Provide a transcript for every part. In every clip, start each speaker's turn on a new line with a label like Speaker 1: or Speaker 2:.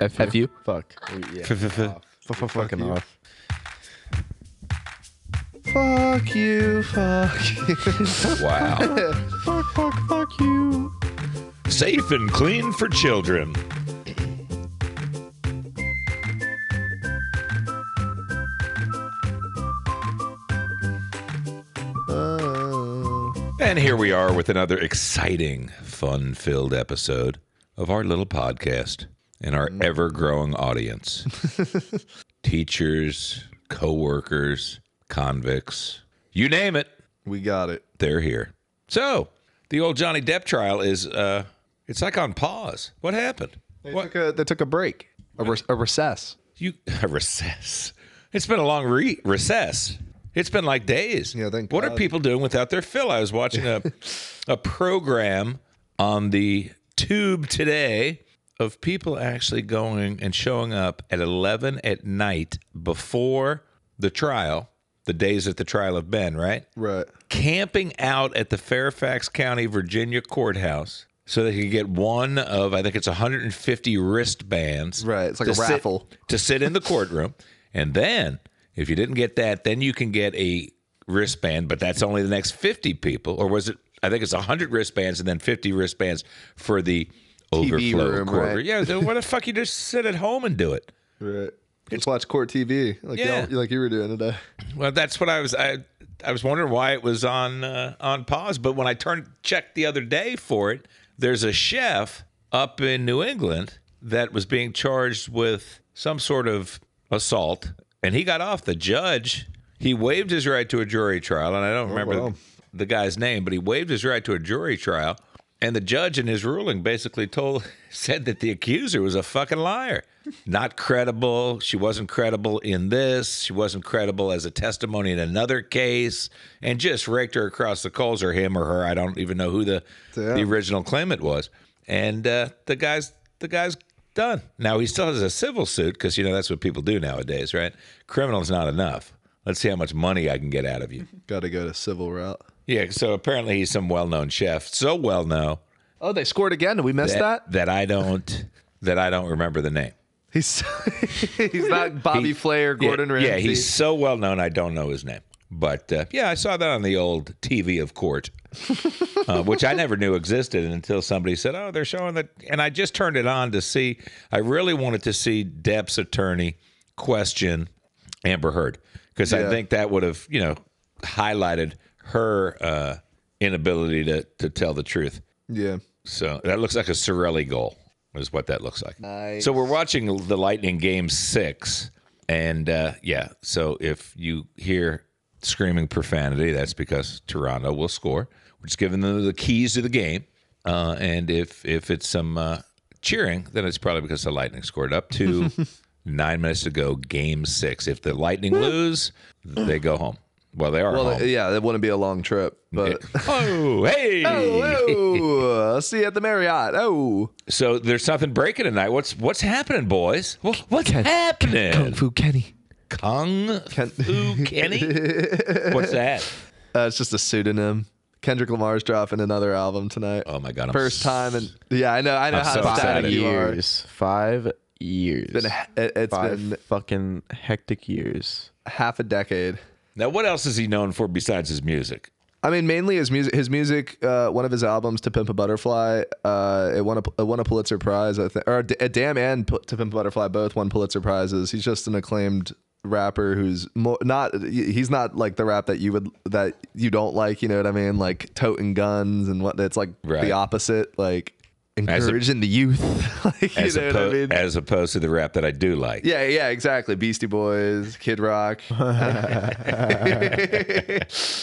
Speaker 1: F, F you.
Speaker 2: Fuck. Yeah. Fuck fucking
Speaker 1: you.
Speaker 2: off. Fuck you. Fuck you.
Speaker 3: Wow.
Speaker 2: fuck, fuck, fuck you.
Speaker 3: Safe and clean for children. And here we are with another exciting, fun filled episode of our little podcast and our ever growing audience teachers, co workers, convicts, you name it
Speaker 2: We got it.
Speaker 3: they're here. So the old Johnny Depp trial is uh it's like on pause. What happened?
Speaker 2: They,
Speaker 3: What
Speaker 2: Took a, they took a break, a, re- a recess.
Speaker 3: you a recess. It's been a long re- recess. It's been like days.
Speaker 2: Yeah, thank
Speaker 3: What are
Speaker 2: God.
Speaker 3: people doing without their fill? I was watching a a program on the tube today of people actually going and showing up at 11 at night before the trial, the days that the trial have been, right?
Speaker 2: Right.
Speaker 3: camping out at the Fairfax County, Virginia courthouse so they could get one of, I think it's 150 wristbands.
Speaker 2: Right, it's like
Speaker 3: to
Speaker 2: a
Speaker 3: sit-
Speaker 2: raffle.
Speaker 3: to sit in the courtroom. and then, if you didn't get that, then you can get a wristband, but that's only the next 50 people. Or was it, I think it's 100 wristbands and then 50 wristbands for the overflow
Speaker 2: room,
Speaker 3: courtroom.
Speaker 2: right.
Speaker 3: Yeah, so what the fuck? You just sit at home and do it.
Speaker 2: Right. Just watch court TV, like
Speaker 3: Yeah.
Speaker 2: y'all, like you were doing today.
Speaker 3: Well, that's what I was. I I was wondering why it was on uh, on pause. But when I turned checked the other day for it, there's a chef up in New England that was being charged with some sort of assault, and he got off. The judge he waived his right to a jury trial, and I don't remember
Speaker 2: wow.
Speaker 3: the guy's name, but he waived his right to a jury trial. And the judge in his ruling basically told said that the accuser was a fucking liar. Not credible. She wasn't credible in this. She wasn't credible as a testimony in another case. And just raked her across the coals, or him or her. I don't even know who the the
Speaker 2: Damn.
Speaker 3: original claimant was. And uh, the guy's the guy's done. Now he still has a civil suit because you know that's what people do nowadays, right? Criminal's not enough. Let's see how much money I can get out of you.
Speaker 2: Got to go to civil route.
Speaker 3: Yeah, so apparently he's some well-known chef, so well known
Speaker 2: Oh, they scored again. Did we miss
Speaker 3: that, that I don't that I don't remember the name.
Speaker 2: He's he's not Bobby Flair, Gordon
Speaker 3: yeah,
Speaker 2: Ramsay.
Speaker 3: Yeah, he's so well known I don't know his name. But uh, yeah, I saw that on the old TV of court, uh, which I never knew existed until somebody said, "Oh, they're showing that." And I just turned it on to see. I really wanted to see Depp's attorney question Amber Heard because I
Speaker 2: Yeah.
Speaker 3: think that would have, you know, highlighted her uh, inability to to tell the truth.
Speaker 2: yeah.
Speaker 3: So that looks like a Sorelli goal, is what that looks like.
Speaker 2: Nice.
Speaker 3: So we're watching the Lightning game six, and uh, yeah. So if you hear screaming profanity, that's because Toronto will score. We're just giving them the keys to the game, uh, and if if it's some uh, cheering, then it's probably because the Lightning scored up to nine minutes to go, game six. If the Lightning lose, they go home. Well, they are
Speaker 2: Well, uh,
Speaker 3: home.
Speaker 2: yeah, that wouldn't be a long trip, but
Speaker 3: oh, hey!
Speaker 2: oh, I'll see you at the Marriott. Oh,
Speaker 3: So there's something breaking tonight. What's what's happening, boys? Wha- What's happening?
Speaker 2: Fu Kenny.
Speaker 3: Kung Fu Kenny. what's that?
Speaker 2: Uh, it's just a pseudonym. Kendrick Lamar's dropping another album tonight.
Speaker 3: Oh my god! I'm
Speaker 2: First
Speaker 3: s-
Speaker 2: time, and yeah, I know, I know
Speaker 3: I'm
Speaker 2: how
Speaker 3: so
Speaker 2: ecstatic
Speaker 1: Five
Speaker 3: excited.
Speaker 2: you are.
Speaker 1: years. Five years.
Speaker 2: Been a- it- it's
Speaker 1: Five
Speaker 2: been
Speaker 1: fucking hectic years.
Speaker 2: half a decade.
Speaker 3: Now, what else is he known for besides his music?
Speaker 2: I mean, mainly his music. His music. Uh, one of his albums, "To Pimp a Butterfly," uh, it won a it won a Pulitzer Prize, I think, or D- uh, "Damn" and P- "To Pimp a Butterfly" both won Pulitzer prizes. He's just an acclaimed rapper who's mo- not. he- He's not like the rap that you would that you don't like. You know what I mean? Like toting guns and what. That's like
Speaker 3: Right.
Speaker 2: the opposite. Like
Speaker 3: a-
Speaker 2: encouraging the youth. like, you
Speaker 3: As,
Speaker 2: know what I
Speaker 3: oppo-
Speaker 2: mean?
Speaker 3: as opposed to the rap that I do like.
Speaker 2: Yeah, yeah, exactly. Beastie Boys, Kid Rock.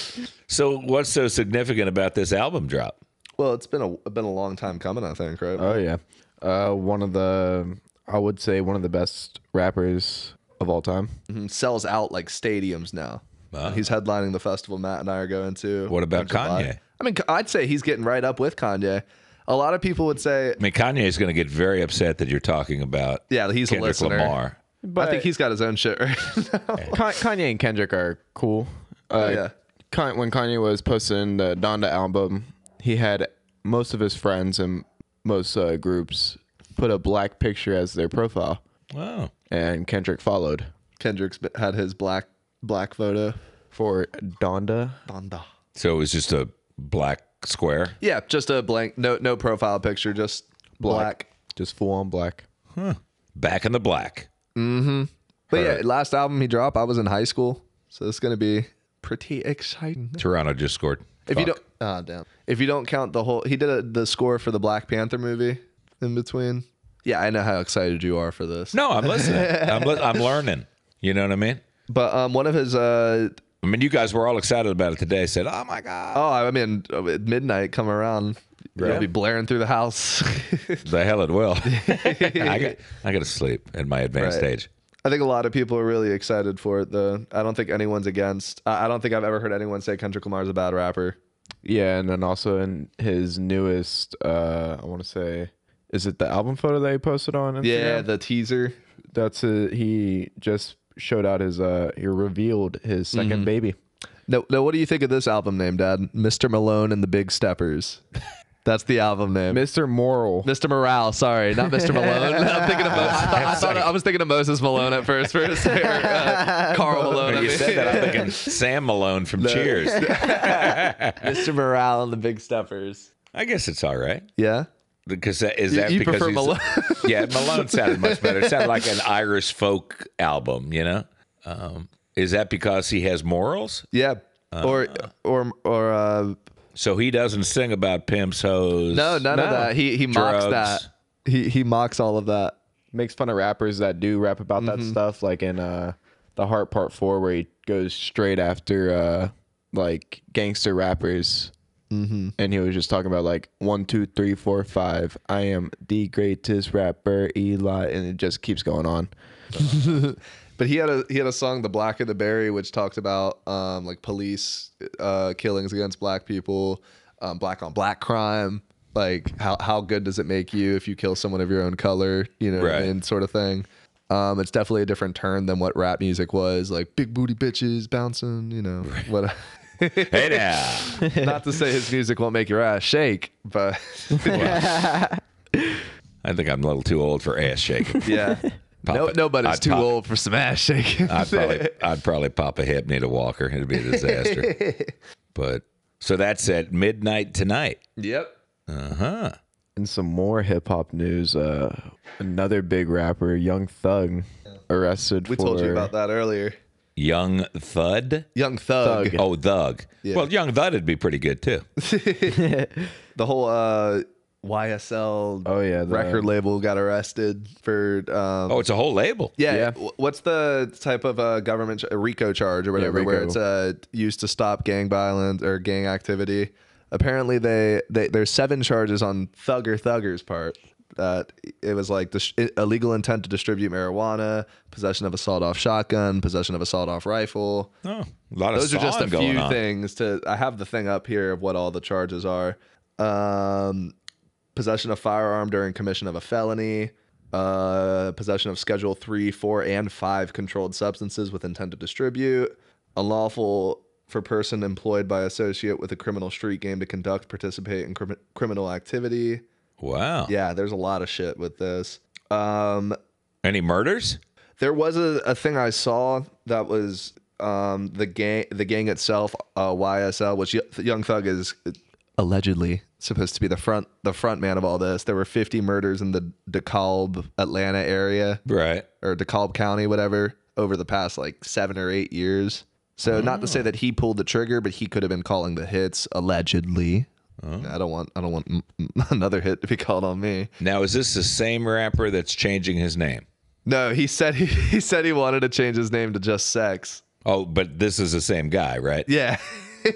Speaker 3: So, what's so significant about this album drop?
Speaker 2: well, it's been a been a long time coming, I think, right?
Speaker 3: Uh-huh.
Speaker 1: Oh yeah. Uh, one of the I would say one of the best rappers of all time.
Speaker 2: Mm-hmm. sells out like stadiums now.
Speaker 3: Wow.
Speaker 2: He's headlining the festival Matt and I are going to.
Speaker 3: What about
Speaker 2: in July.
Speaker 3: Kanye?
Speaker 2: I mean, I'd say he's getting right up with Kanye. A lot of people would say,
Speaker 3: I mean, Kanye is going to get very upset that you're talking about
Speaker 2: yeah, he's a
Speaker 3: Kendrick
Speaker 2: listener.
Speaker 3: Lamar.
Speaker 1: But
Speaker 2: I think he's got his own shit right now.
Speaker 1: Kan- Kanye and Kendrick are cool. Uh,
Speaker 2: yeah.
Speaker 1: Kan- when Kanye was posting the Donda album, he had most of his friends and most uh, groups put a black picture as their profile,
Speaker 3: Wow.
Speaker 1: and Kendrick followed
Speaker 2: Kendrick's b- had his black black photo.
Speaker 1: for Donda.
Speaker 2: Donda.
Speaker 3: So it was just a black square.
Speaker 2: Yeah, just a blank, no no profile picture, just black.
Speaker 1: just full on black.
Speaker 3: Back in the black.
Speaker 2: But yeah, last album he dropped, I was in high school, so it's gonna be pretty exciting.
Speaker 3: Toronto just scored.
Speaker 2: If you
Speaker 3: Fuck.
Speaker 2: don't, ah damn. If you don't count the whole, he did a, the score for the Black Panther movie in between. Yeah, I know how excited you are for this.
Speaker 3: No, I'm listening. I'm, li- I'm learning. You know what I mean?
Speaker 2: But um, one of his uh,
Speaker 3: I mean, you guys were all excited about it today. Said, "Oh my god,
Speaker 2: oh, I mean, at midnight come around,
Speaker 3: Yeah.
Speaker 2: you'll be blaring through the house.
Speaker 3: the hell it will." I got, I got to sleep at my advanced
Speaker 2: Right.
Speaker 3: age.
Speaker 2: I think a lot of people are really excited for it, though. I don't think anyone's against. I I don't think I've ever heard anyone say Kendrick Lamar's a bad rapper.
Speaker 1: Yeah, and then also in his newest, uh, I want to say, is it the album photo that he posted on Instagram?
Speaker 2: Yeah, the teaser.
Speaker 1: that's a, he just showed out his uh, he revealed his 2nd baby.
Speaker 2: No, no. What do you think of this album name, Dad? Mr. Malone and the Big Steppers. That's the album name.
Speaker 1: Mr. Moral.
Speaker 2: Mr. Morale, sorry, not Mr. Malone. I'm thinking of Moses. I, thought I was thinking of Moses Malone at first for a second. or, uh, Carl Malone. I
Speaker 3: When you
Speaker 2: mean.
Speaker 3: said that, I'm thinking Sam Malone from Cheers.
Speaker 2: Mr. Morale and the Big Steppers.
Speaker 3: I guess it's all right
Speaker 2: Yeah.
Speaker 3: because that, is
Speaker 2: You-
Speaker 3: that
Speaker 2: you
Speaker 3: because
Speaker 2: prefer
Speaker 3: he's-
Speaker 2: Malone?
Speaker 3: yeah, Malone sounded much better. It sounded like an Irish folk album. You know, um, is that because he has morals?
Speaker 2: Yeah. or or or uh,
Speaker 3: So he doesn't sing about pimps, hoes.
Speaker 2: no, none
Speaker 1: No.
Speaker 2: of that. He he mocks
Speaker 3: Drugs.
Speaker 2: that. He he mocks all of that.
Speaker 1: Makes fun of rappers that do rap about that
Speaker 2: Mm-hmm.
Speaker 1: stuff, like in uh, the Heart Part Four, where he goes straight after uh, like gangster rappers. Mm-hmm. And he was just talking about like one, two, three, four, five. I am the greatest rapper, Eli, and it just keeps going on.
Speaker 2: But he had a he had a song, "The Black of the Berry," which talked about um, like police uh, killings against black people, um, black on black crime. Like how how good does it make you if you kill someone of your own color? You know,
Speaker 3: Right.
Speaker 2: and sort of thing. Um, it's definitely a different turn than what rap music was, like big booty bitches bouncing. You know, what?
Speaker 3: Hey now.
Speaker 2: not to say his music won't make your ass shake, but
Speaker 3: I think I'm a little too old for ass shaking.
Speaker 2: yeah,
Speaker 3: Pop
Speaker 2: no,
Speaker 3: it.
Speaker 2: nobody's
Speaker 3: I'd
Speaker 2: too
Speaker 3: pop it.
Speaker 2: old for some ass shaking.
Speaker 3: I'd probably I'd probably pop a hip, need a walker. It'd be a disaster. but so that's at midnight tonight.
Speaker 2: yep.
Speaker 3: Uh huh.
Speaker 1: And some more hip hop news. Uh, another big rapper, Young Thug, arrested
Speaker 2: We
Speaker 1: for
Speaker 2: told you about that earlier.
Speaker 3: Young Thud.
Speaker 2: Young Thug.
Speaker 3: Oh, Thug. Well, Young Thud'd be pretty good too.
Speaker 2: the whole uh YSL
Speaker 1: Oh, yeah, the-
Speaker 2: record label got arrested for um
Speaker 3: Oh, it's a whole label.
Speaker 2: yeah,
Speaker 1: yeah.
Speaker 2: wh- what's the type of uh, government ch- a RICO charge or whatever where
Speaker 1: RICO.
Speaker 2: it's uh, used to stop gang violence or gang activity? Apparently, they, they there's seven charges on Thugger Thugger's part. That it was like dis- illegal intent to distribute marijuana, possession of a sawed-off shotgun, possession of a sawed-off rifle,
Speaker 3: Oh, a lot of
Speaker 2: those are just
Speaker 3: sawing
Speaker 2: a
Speaker 3: going
Speaker 2: few
Speaker 3: on.
Speaker 2: things to i have the thing up here of what all the charges are um possession of firearm during commission of a felony uh possession of schedule 3 4 and 5 controlled substances with intent to distribute unlawful for person employed by associate with a criminal street game to conduct participate in crim- criminal activity
Speaker 3: Wow.
Speaker 2: yeah there's a lot of shit with this um
Speaker 3: Any murders?
Speaker 2: there was a, a thing I saw that was um, the gang, the gang itself, uh, YSL, which Y- Young Thug is allegedly supposed to be the front, the front man of all this. There were 50 murders in the DeKalb, Atlanta area
Speaker 3: Right.
Speaker 2: or DeKalb County, whatever, over the past like seven or eight years. So not to say that he pulled the trigger, but he could have been calling the hits allegedly. I don't want, I don't want m- m- another hit to be called on me.
Speaker 3: Now is this the same rapper that's changing his name?
Speaker 2: No, he said he, he said he wanted to change his name to just sex.
Speaker 3: Oh, but this is the same guy, right?
Speaker 2: Yeah.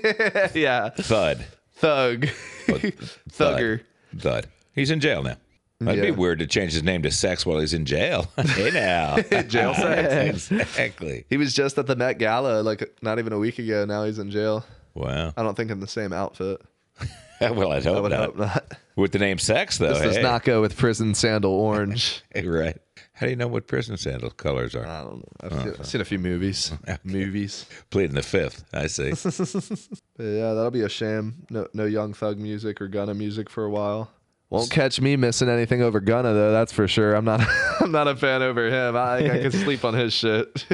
Speaker 2: yeah.
Speaker 3: Thud.
Speaker 2: Thug.
Speaker 3: Thud.
Speaker 2: Thugger.
Speaker 3: Thud. He's in jail now. That'd be
Speaker 2: Yeah.
Speaker 3: weird to change his name to Sex while he's in jail. hey now.
Speaker 2: Jail sex.
Speaker 3: exactly.
Speaker 2: He was just at the Met Gala like not even a week ago. Now he's in jail.
Speaker 3: Wow.
Speaker 2: I don't think in the same outfit.
Speaker 3: well, I'd hope
Speaker 2: I would
Speaker 3: not.
Speaker 2: hope not.
Speaker 3: With the name Sex, though.
Speaker 2: This does
Speaker 3: hey.
Speaker 2: not go with prison sandal orange.
Speaker 3: Hey, right. How do you know what prison sandal colors are?
Speaker 2: I don't know. I've, seen, I've seen a few movies. Movies.
Speaker 3: Pleading the fifth. I see.
Speaker 2: But yeah, that'll be a shame. No, no young thug music or Gunna music for a while. Won't catch me missing anything over Gunna though. That's for sure. I'm not. I'm not a fan over him. I, I could sleep on his shit.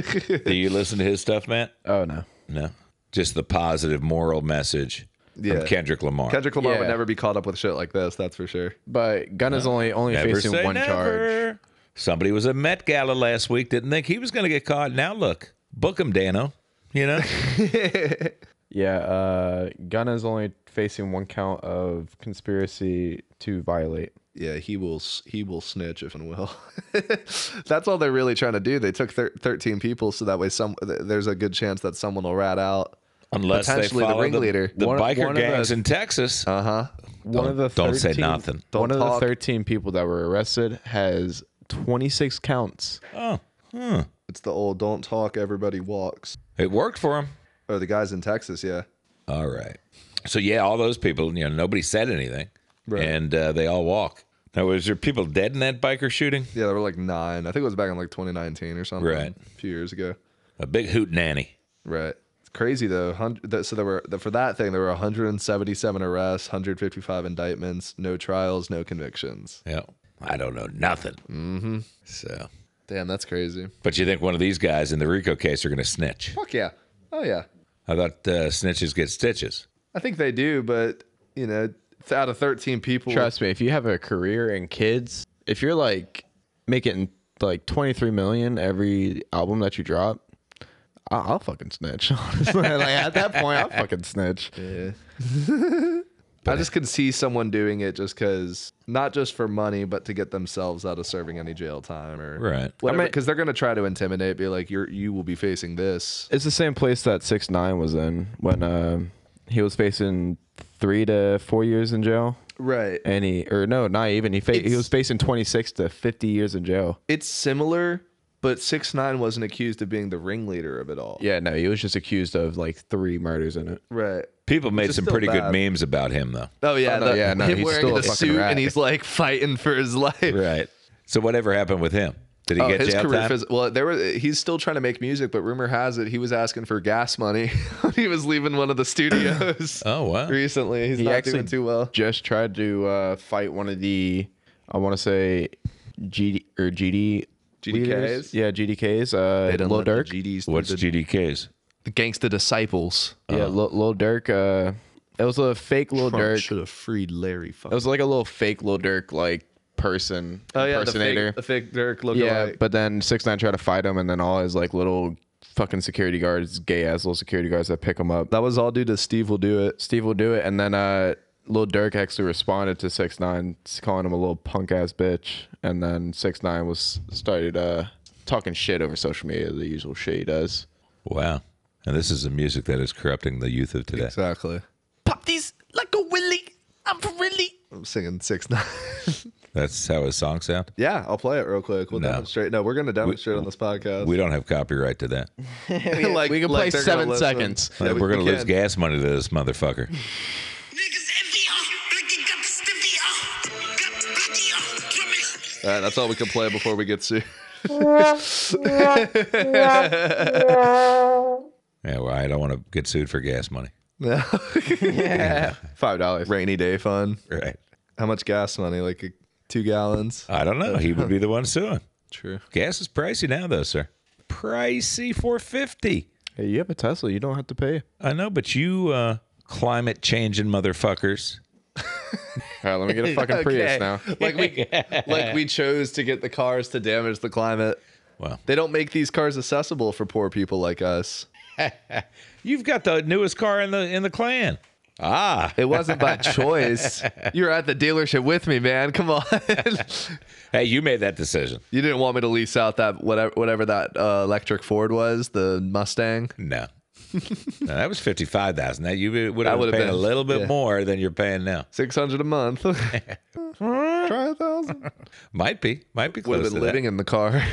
Speaker 3: Do you listen to his stuff, Matt?
Speaker 1: Oh no.
Speaker 3: No. Just the positive moral message
Speaker 2: Yeah.
Speaker 3: from Kendrick Lamar.
Speaker 2: Kendrick Lamar would
Speaker 1: Yeah.
Speaker 2: never be caught up with shit like this. That's for sure.
Speaker 1: But Gunna's only only
Speaker 3: Never
Speaker 1: facing
Speaker 3: say
Speaker 1: one charge.
Speaker 3: never. Somebody was at Met Gala last week. Didn't think he was going to get caught. Now look, book him, Dano. You know,
Speaker 1: Yeah, uh, Gunna's only facing one count of conspiracy to violate.
Speaker 2: Yeah, he will. s- He will snitch if and will. That's all they're really trying to do. They took thir- thirteen people, so that way some th- there's a good chance that someone will rat out.
Speaker 3: unless they
Speaker 2: Potentially the
Speaker 3: follow the,
Speaker 2: ringleader.
Speaker 3: the
Speaker 1: One-
Speaker 3: biker
Speaker 1: one of
Speaker 3: gangs
Speaker 1: the-
Speaker 3: in Texas.
Speaker 2: Uh huh.
Speaker 1: One of the 13,
Speaker 3: don't say nothing.
Speaker 2: Don't
Speaker 1: one
Speaker 2: talk.
Speaker 1: of the thirteen people that were arrested has twenty six counts.
Speaker 3: oh, hmm.
Speaker 2: It's the old "Don't talk, everybody walks."
Speaker 3: it worked for him.
Speaker 2: Or the guys in Texas, yeah.
Speaker 3: All right. So yeah, all those people. You know, nobody said anything, and uh, they all walk. Now, was there people dead in that biker shooting?
Speaker 2: Yeah, there were like nine. I think it was back in like 2019 or something.
Speaker 3: Right.
Speaker 2: A few years ago.
Speaker 3: A big hoot nanny.
Speaker 2: Right. It's crazy though. Hun- that- So there were that- for that thing there were 177 arrests, 155 indictments, no trials, no convictions.
Speaker 3: Yeah, I don't know nothing. Mm-hmm. So,
Speaker 2: Damn, that's crazy.
Speaker 3: but you think one of these guys in the Rico case are going to snitch?
Speaker 2: Fuck yeah. Oh yeah.
Speaker 3: I thought uh, snitches get stitches.
Speaker 2: I think they do, but you know, th- out of 13 people,
Speaker 1: Trust me, if you have a career and kids, if you're like making like twenty three million every album that you drop, I- I'll fucking snitch. Honestly, like at that point, I'll fucking snitch.
Speaker 2: I just can see someone doing it just because not just for money, but to get themselves out of serving any jail time or
Speaker 3: Right.
Speaker 2: whatever.
Speaker 1: I mean-
Speaker 2: Because they're gonna try to intimidate, be like, "You're you will be facing this."
Speaker 1: It's the same place that six nine was in when uh, he was facing three to four years in jail.
Speaker 2: Right.
Speaker 1: and he or no, not even he fa- he
Speaker 2: It's-
Speaker 1: was facing 26 to 50 years in jail.
Speaker 2: it's similar, but six nine wasn't accused of being the ringleader of it all.
Speaker 1: Yeah, no, he was just accused of like three murders in it.
Speaker 2: Right.
Speaker 3: People made
Speaker 2: is
Speaker 3: some
Speaker 2: still
Speaker 3: pretty
Speaker 2: bad.
Speaker 3: good memes about him, though.
Speaker 2: Oh yeah,
Speaker 1: Oh, no,
Speaker 2: the-
Speaker 1: yeah, no,
Speaker 2: him
Speaker 1: he's
Speaker 2: wearing
Speaker 1: still a
Speaker 2: the
Speaker 1: fucking
Speaker 2: suit
Speaker 1: rat.
Speaker 2: and he's like fighting for his life.
Speaker 3: Right. So whatever happened with him? Did he
Speaker 2: Oh,
Speaker 3: get
Speaker 2: his
Speaker 3: jail
Speaker 2: career
Speaker 3: time?
Speaker 2: phys- well, there was he's still trying to make music, but rumor has it he was asking for gas money when he was leaving one of the studios
Speaker 3: oh wow.
Speaker 2: recently. He's not doing too well.
Speaker 1: just tried to uh, fight one of the I want to say GD or GD leaders.
Speaker 2: GDKs?
Speaker 1: Yeah, GDKs. Uh, Lil Durk.
Speaker 2: GDs
Speaker 3: What's GDK's?
Speaker 2: the gangsta disciples.
Speaker 1: yeah, Lil, Lil Durk. Uh, it was a fake Lil Durk.
Speaker 2: have freed Larry.
Speaker 1: It was like a little fake Lil Durk like person
Speaker 2: oh yeah, the
Speaker 1: impersonator.
Speaker 2: fake, the fake Dirk look
Speaker 1: yeah, but then six nine tried to fight him, and then all his like little fucking security guards, gay ass little security guards that pick him up.
Speaker 2: that was all due to Steve will do it.
Speaker 1: Steve will do it, and then uh, Lil Durk actually responded to Six Nine, calling him a little punk ass bitch, and then Six Nine was started uh, talking shit over social media, the usual shit he does.
Speaker 3: Wow. And this is the music that is corrupting the youth of today.
Speaker 2: Exactly.
Speaker 4: Pop these like
Speaker 1: Oh,
Speaker 4: a willy. I'm for really.
Speaker 2: I'm singing six nine.
Speaker 3: That's how his song sound.
Speaker 2: yeah, I'll play it real quick. We'll
Speaker 3: No.
Speaker 2: demonstrate. No, we're gonna demonstrate on this podcast.
Speaker 3: We don't have copyright to that.
Speaker 2: like,
Speaker 1: we can play
Speaker 2: they're gonna
Speaker 1: seven
Speaker 2: listen.
Speaker 1: seconds.
Speaker 2: Yeah, we-
Speaker 3: We're gonna
Speaker 2: we
Speaker 3: lose
Speaker 2: can.
Speaker 3: gas money to this motherfucker.
Speaker 5: Niggas envy off, blinking up, stiffy off, got bloody off, coming.
Speaker 2: All right, that's all we can play before we get sued.
Speaker 3: Yeah, well, I don't want to get sued for gas money.
Speaker 2: Five dollars. Rainy day fund.
Speaker 3: Right.
Speaker 2: How much gas money? Like uh, two gallons.
Speaker 3: I don't know. He would be the one suing.
Speaker 2: True.
Speaker 3: Gas is pricey now, though, sir. Pricey four fifty.
Speaker 1: Hey, you have a Tesla, you don't have to pay.
Speaker 3: I know, but you uh, climate changing motherfuckers.
Speaker 1: All right, let me get a fucking Prius now.
Speaker 2: Like we, like we chose to get the cars to damage the climate.
Speaker 3: Well,
Speaker 2: They don't make these cars accessible for poor people like us.
Speaker 3: you've got the newest car in the in the clan. Ah,
Speaker 2: It wasn't by choice. You were at the dealership with me, man. Come on.
Speaker 3: hey, you made that decision.
Speaker 2: you didn't want me to lease out that whatever whatever that uh, electric Ford was, the Mustang.
Speaker 3: No, no that was fifty five thousand. That you would
Speaker 2: That
Speaker 3: have
Speaker 2: would've
Speaker 3: paid a
Speaker 2: been-
Speaker 3: little bit
Speaker 2: yeah.
Speaker 3: more than you're paying now.
Speaker 2: Six hundred a month. Try a thousand.
Speaker 3: Might be, might be
Speaker 2: Would
Speaker 3: close
Speaker 2: have
Speaker 3: to
Speaker 2: been
Speaker 3: that.
Speaker 2: living in the car.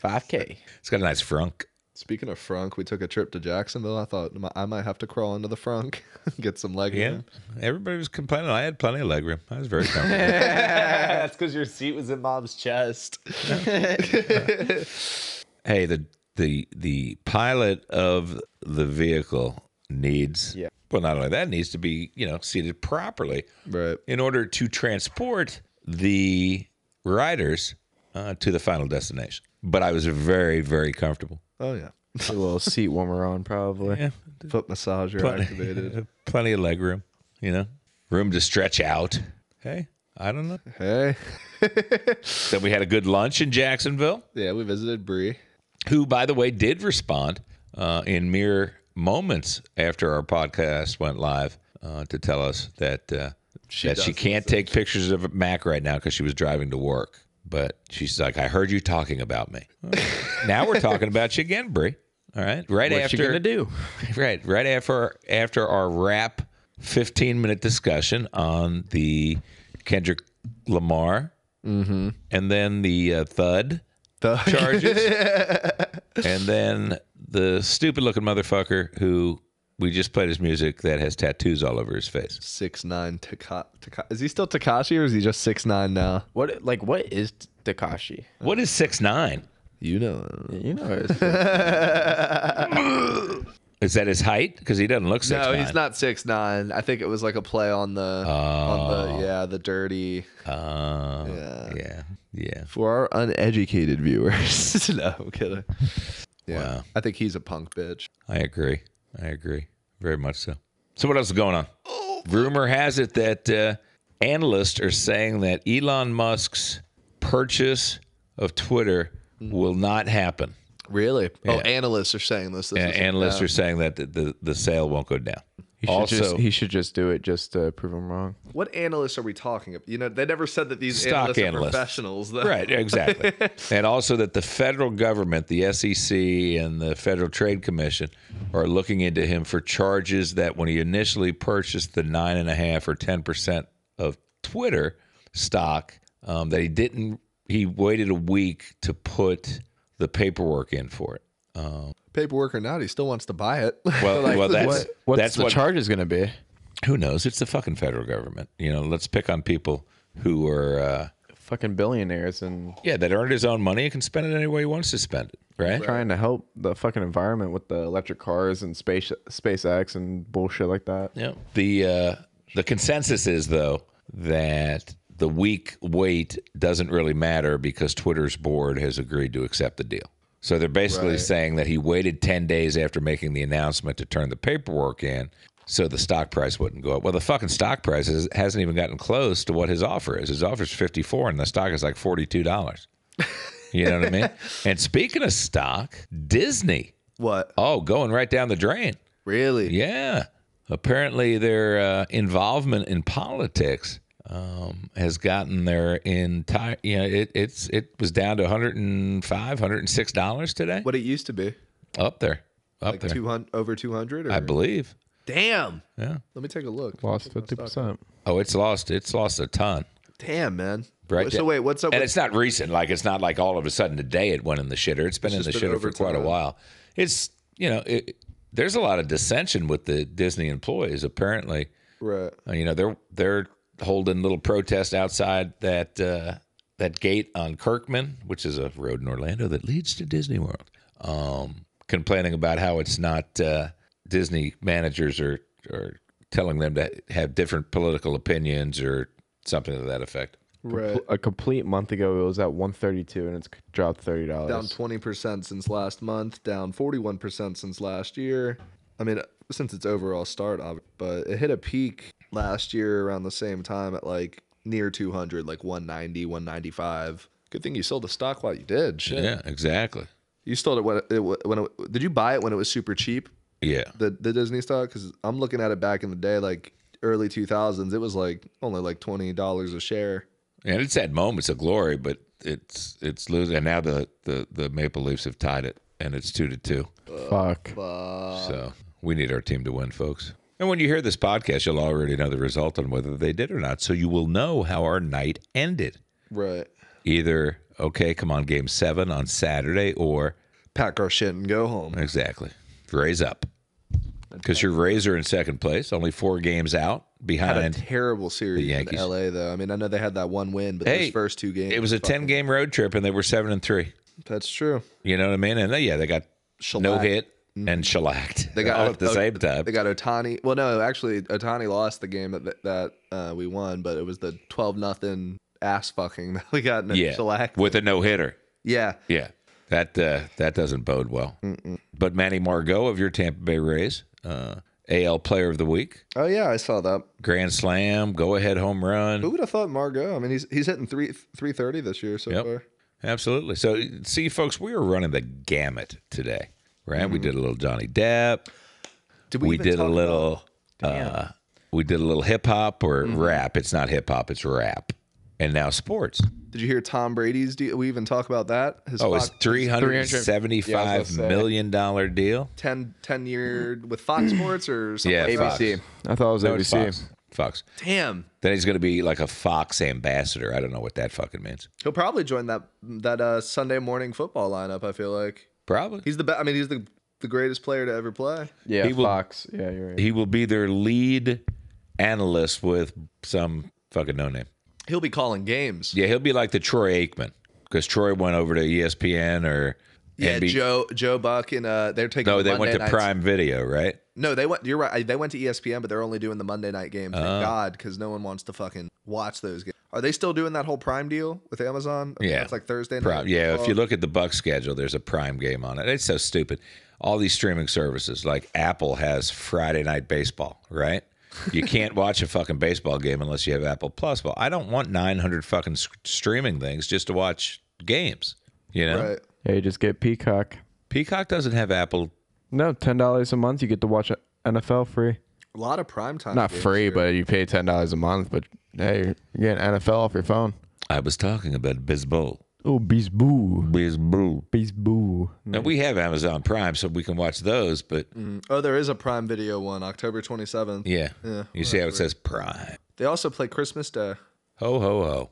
Speaker 1: Five K.
Speaker 3: It's got a nice frunk.
Speaker 2: Speaking of Frunk, we took a trip to Jacksonville. I thought m- I might have to crawl into the Frunk, get some leg
Speaker 3: Yeah,
Speaker 2: room.
Speaker 3: everybody was complaining. I had plenty of leg room. I was very comfortable.
Speaker 2: That's because your seat was in mom's chest.
Speaker 3: hey the the the pilot of the vehicle needs But not only that, it needs to be you know seated properly
Speaker 2: Right.
Speaker 3: in order to transport the riders uh, to the final destination. But I was very very comfortable.
Speaker 2: Oh yeah.
Speaker 1: Put a little seat warmer on, probably.
Speaker 3: Yeah,
Speaker 2: Foot massager activated.
Speaker 3: plenty of leg room. You know, room to stretch out. Hey, I don't know.
Speaker 2: hey.
Speaker 3: Then we had a good lunch in Jacksonville.
Speaker 2: Yeah, we visited Bree.
Speaker 3: who, by the way, did respond uh, in mere moments after our podcast went live uh, to tell us that uh, that she can't take pictures of Mac right now because she was driving to work. But she's like, I heard you talking about me. now we're talking about you again, Brie. All right, right
Speaker 1: What's
Speaker 3: after
Speaker 1: she gonna do?
Speaker 3: right right after after our wrap 15 minute discussion on the Kendrick Lamar
Speaker 1: Mm-hmm.
Speaker 3: and then the uh, thud charges and then the stupid looking motherfucker who we just played his music that has tattoos all over his face
Speaker 2: Six nine Taka, Taka- Is he still Takashi or is he just six nine now?
Speaker 1: What like what is Takashi?
Speaker 3: what is 6-9
Speaker 2: You know.
Speaker 1: You know, it's-
Speaker 3: is that his height because he doesn't look 6
Speaker 2: No, he's not six nine. I think it was like a play on the on the yeah the dirty
Speaker 3: uh,
Speaker 2: Yeah.
Speaker 3: yeah yeah yeah
Speaker 2: for our uneducated viewers. no, I'm kidding. Yeah,
Speaker 3: Wow.
Speaker 2: I think he's a punk bitch.
Speaker 3: I agree. I agree. Very much so. So, what else is going on? Rumor has it that uh, analysts are saying that Elon Musk's purchase of Twitter
Speaker 2: Mm-hmm.
Speaker 3: will not happen.
Speaker 2: Really? Oh,
Speaker 3: Yeah.
Speaker 2: analysts are saying this. this
Speaker 3: And
Speaker 2: is- uh,
Speaker 3: analysts are saying that the, the, the sale won't go down.
Speaker 1: he, should
Speaker 3: also,
Speaker 1: just, he should just do it just to prove him wrong.
Speaker 2: What analysts are we talking about? You know, they never said that these
Speaker 3: Stock
Speaker 2: analysts, are
Speaker 3: analysts.
Speaker 2: professionals. Though.
Speaker 3: Right, exactly. and also that the federal government, the SEC and the Federal Trade Commission are looking into him for charges that when he initially purchased the nine and a half or ten percent of Twitter stock, um, that he didn't he waited a week to put the paperwork in for it.
Speaker 2: Paperwork or not, he still wants to buy it.
Speaker 3: Well, well that's
Speaker 1: What, what's
Speaker 3: that's
Speaker 1: the
Speaker 3: what
Speaker 1: charge is gonna be?
Speaker 3: who knows? It's the fucking federal government. You know, let's pick on people who are uh,
Speaker 1: Fucking billionaires and
Speaker 3: yeah, that earned his own money and can spend it any way he wants to spend it, right?
Speaker 1: trying to help the fucking environment with the electric cars and space SpaceX and bullshit like that.
Speaker 3: Yeah. The uh, the consensus is though that the week wait doesn't really matter because Twitter's board has agreed to accept the deal. So they're basically saying that he waited 10 days after making the announcement to turn the paperwork in so the stock price wouldn't go up. Well, the fucking stock price is, hasn't even gotten close to what his offer is. His offer is 54 and the stock is like $42. You know what I mean? And speaking of stock, Disney.
Speaker 2: what?
Speaker 3: Oh, going right down the drain.
Speaker 2: Really?
Speaker 3: Yeah. Apparently, their uh, involvement in politics um, has gotten their entire. You know, it, it's it was down to 105 106 dollars today.
Speaker 2: What it used to be?
Speaker 3: Up there, up
Speaker 2: Like
Speaker 3: there.
Speaker 2: two hundred over two hundred?
Speaker 3: I believe.
Speaker 2: Damn.
Speaker 3: Yeah.
Speaker 2: Let me take a look.
Speaker 1: Lost fifty percent.
Speaker 3: Oh, it's lost. It's lost a ton.
Speaker 2: Damn, man.
Speaker 3: Right.
Speaker 2: So wait, what's up?
Speaker 3: And
Speaker 2: with-
Speaker 3: it's not recent. Like it's not like all of a sudden today it went in the shitter. It's been in the
Speaker 2: just been
Speaker 3: shitter for
Speaker 2: over
Speaker 3: quite a
Speaker 2: time.
Speaker 3: while. It's you know it, there's a lot of dissension with the Disney employees. Apparently,
Speaker 2: right.
Speaker 3: Uh, you know they're they're holding little protest outside that uh, that gate on Kirkman, which is a road in Orlando that leads to Disney World. Um, complaining about how it's not uh, Disney managers are are telling them to have different political opinions or something to that effect.
Speaker 2: Right.
Speaker 1: A complete month ago, it was at one thirty two, and it's dropped thirty dollars.
Speaker 2: Down twenty percent since last month. Down forty-one percent since last year. I mean, since its overall start, ob- but it hit a peak last year around the same time at like near two hundred, like 190, 195. Good thing you sold the stock while you did. Shit.
Speaker 3: Yeah, exactly.
Speaker 2: You sold it when it, it wa- when it, did you buy it when it was super cheap?
Speaker 3: Yeah,
Speaker 2: the the Disney stock because I'm looking at it back in the day, like early 2000s. It was like only like twenty dollars a share.
Speaker 3: and it's had moments of glory, but it's it's losing. And now the the the Maple Leafs have tied it, and it's two to two.
Speaker 1: Fuck.
Speaker 2: Uh,
Speaker 3: So we need our team to win, folks. And when you hear this podcast, you'll already know the result on whether they did or not. So you will know how our night ended.
Speaker 2: Right.
Speaker 3: Either, okay, come on, game seven on Saturday, or
Speaker 2: Pack our shit and go home.
Speaker 3: exactly, raise up. Because your Rays are in second place, only four games out
Speaker 2: A
Speaker 3: behind.
Speaker 2: terrible series in
Speaker 3: Yankees.
Speaker 2: LA though. I mean, I know they had that one win, but
Speaker 3: Hey,
Speaker 2: those first two games.
Speaker 3: It was a 10 game road trip, and they were seven and three.
Speaker 2: That's true.
Speaker 3: You know what I mean? And uh, yeah, they got no
Speaker 2: Shellac.
Speaker 3: hit. and shellacked
Speaker 2: Mm-hmm. They got
Speaker 3: all at the
Speaker 2: O-
Speaker 3: same time.
Speaker 2: They got Otani. Well, no, actually, Otani lost the game that that uh, we won, but it was the twelve nothing ass fucking that we got in a
Speaker 3: yeah,
Speaker 2: shellac.
Speaker 3: with a no hitter.
Speaker 2: yeah,
Speaker 3: Yeah, that uh, that doesn't bode well. But Manny Margot of your Tampa Bay Rays, uh, AL Player of the Week,
Speaker 2: Oh yeah, I saw that.
Speaker 3: Grand Slam, go ahead home run.
Speaker 2: Who would have thought Margot? I mean, he's he's hitting three three thirty this year so
Speaker 3: Yep.
Speaker 2: far.
Speaker 3: Absolutely. So, see, folks, we are running the gamut today, right?
Speaker 1: Mm-hmm.
Speaker 3: We did a little Johnny Depp.
Speaker 2: Did
Speaker 3: We,
Speaker 2: even
Speaker 3: did a
Speaker 2: talk
Speaker 3: little. Uh, we did a little hip hop or
Speaker 1: Mm-hmm.
Speaker 3: rap. It's not hip hop. It's rap. And now sports.
Speaker 2: about- did you hear Tom Brady's? deal? we even talk about that? His
Speaker 3: Oh, it's
Speaker 2: Fox-
Speaker 3: three hundred seventy-five
Speaker 1: Yeah, I was
Speaker 3: million dollar deal.
Speaker 2: 10, 10 year with Fox Sports or something
Speaker 3: Yeah,
Speaker 2: like that?
Speaker 3: Fox.
Speaker 1: ABC. I thought it was
Speaker 3: No, it's
Speaker 1: ABC.
Speaker 3: Fox. Fox.
Speaker 2: Damn,
Speaker 3: Then he's going to be like a Fox ambassador. I don't know what that fucking means.
Speaker 2: he'll probably join that that uh, Sunday morning football lineup. I feel like
Speaker 3: Probably.
Speaker 2: he's the best. I mean, he's the the greatest player to ever play.
Speaker 1: Yeah,
Speaker 3: He will-
Speaker 1: Fox. Yeah, you're right.
Speaker 3: he will be their lead analyst with some fucking no name.
Speaker 2: He'll be calling games.
Speaker 3: Yeah, he'll be like the Troy Aikman because Troy went over to E ESPN or
Speaker 2: Yeah,
Speaker 3: NB
Speaker 2: Joe Joe Buck and uh, they're taking.
Speaker 3: No, they
Speaker 2: Monday
Speaker 3: went to
Speaker 2: nights-
Speaker 3: Prime Video, right?
Speaker 2: No, they went. You're right. I- They went to E ESPN, but they're only doing the Monday night game. Thank
Speaker 3: Oh.
Speaker 2: God, because no one wants to fucking watch those games. Are they still doing that whole Prime deal with Amazon?
Speaker 3: Yeah.
Speaker 2: it's like Thursday night.
Speaker 3: Prime. Yeah, if
Speaker 2: football.
Speaker 3: you look at the Buck schedule, there's a Prime game on it. It's so stupid. All these streaming services, like Apple has Friday Night Baseball, right? You can't watch a fucking baseball game unless you have Apple Plus. Well, I don't want 900 fucking s- streaming things just to watch games. You know,
Speaker 2: Right.
Speaker 1: Yeah, you just get Peacock.
Speaker 3: Peacock doesn't have Apple
Speaker 1: No, ten dollars a month, you get to watch NFL free.
Speaker 2: A lot of prime time.
Speaker 1: Not
Speaker 2: games.
Speaker 1: free, but you pay ten dollars a month. But hey, you're getting NFL off your phone.
Speaker 3: I was talking about baseball.
Speaker 1: Oh, beast boo,
Speaker 3: Baseball.
Speaker 1: beast boo.
Speaker 3: Now we have Amazon Prime, so we can watch those. But
Speaker 2: Oh, there is a Prime Video one, October 27th.
Speaker 3: yeah, you see how it says Prime.
Speaker 2: They also play Christmas Day
Speaker 3: Ho ho ho.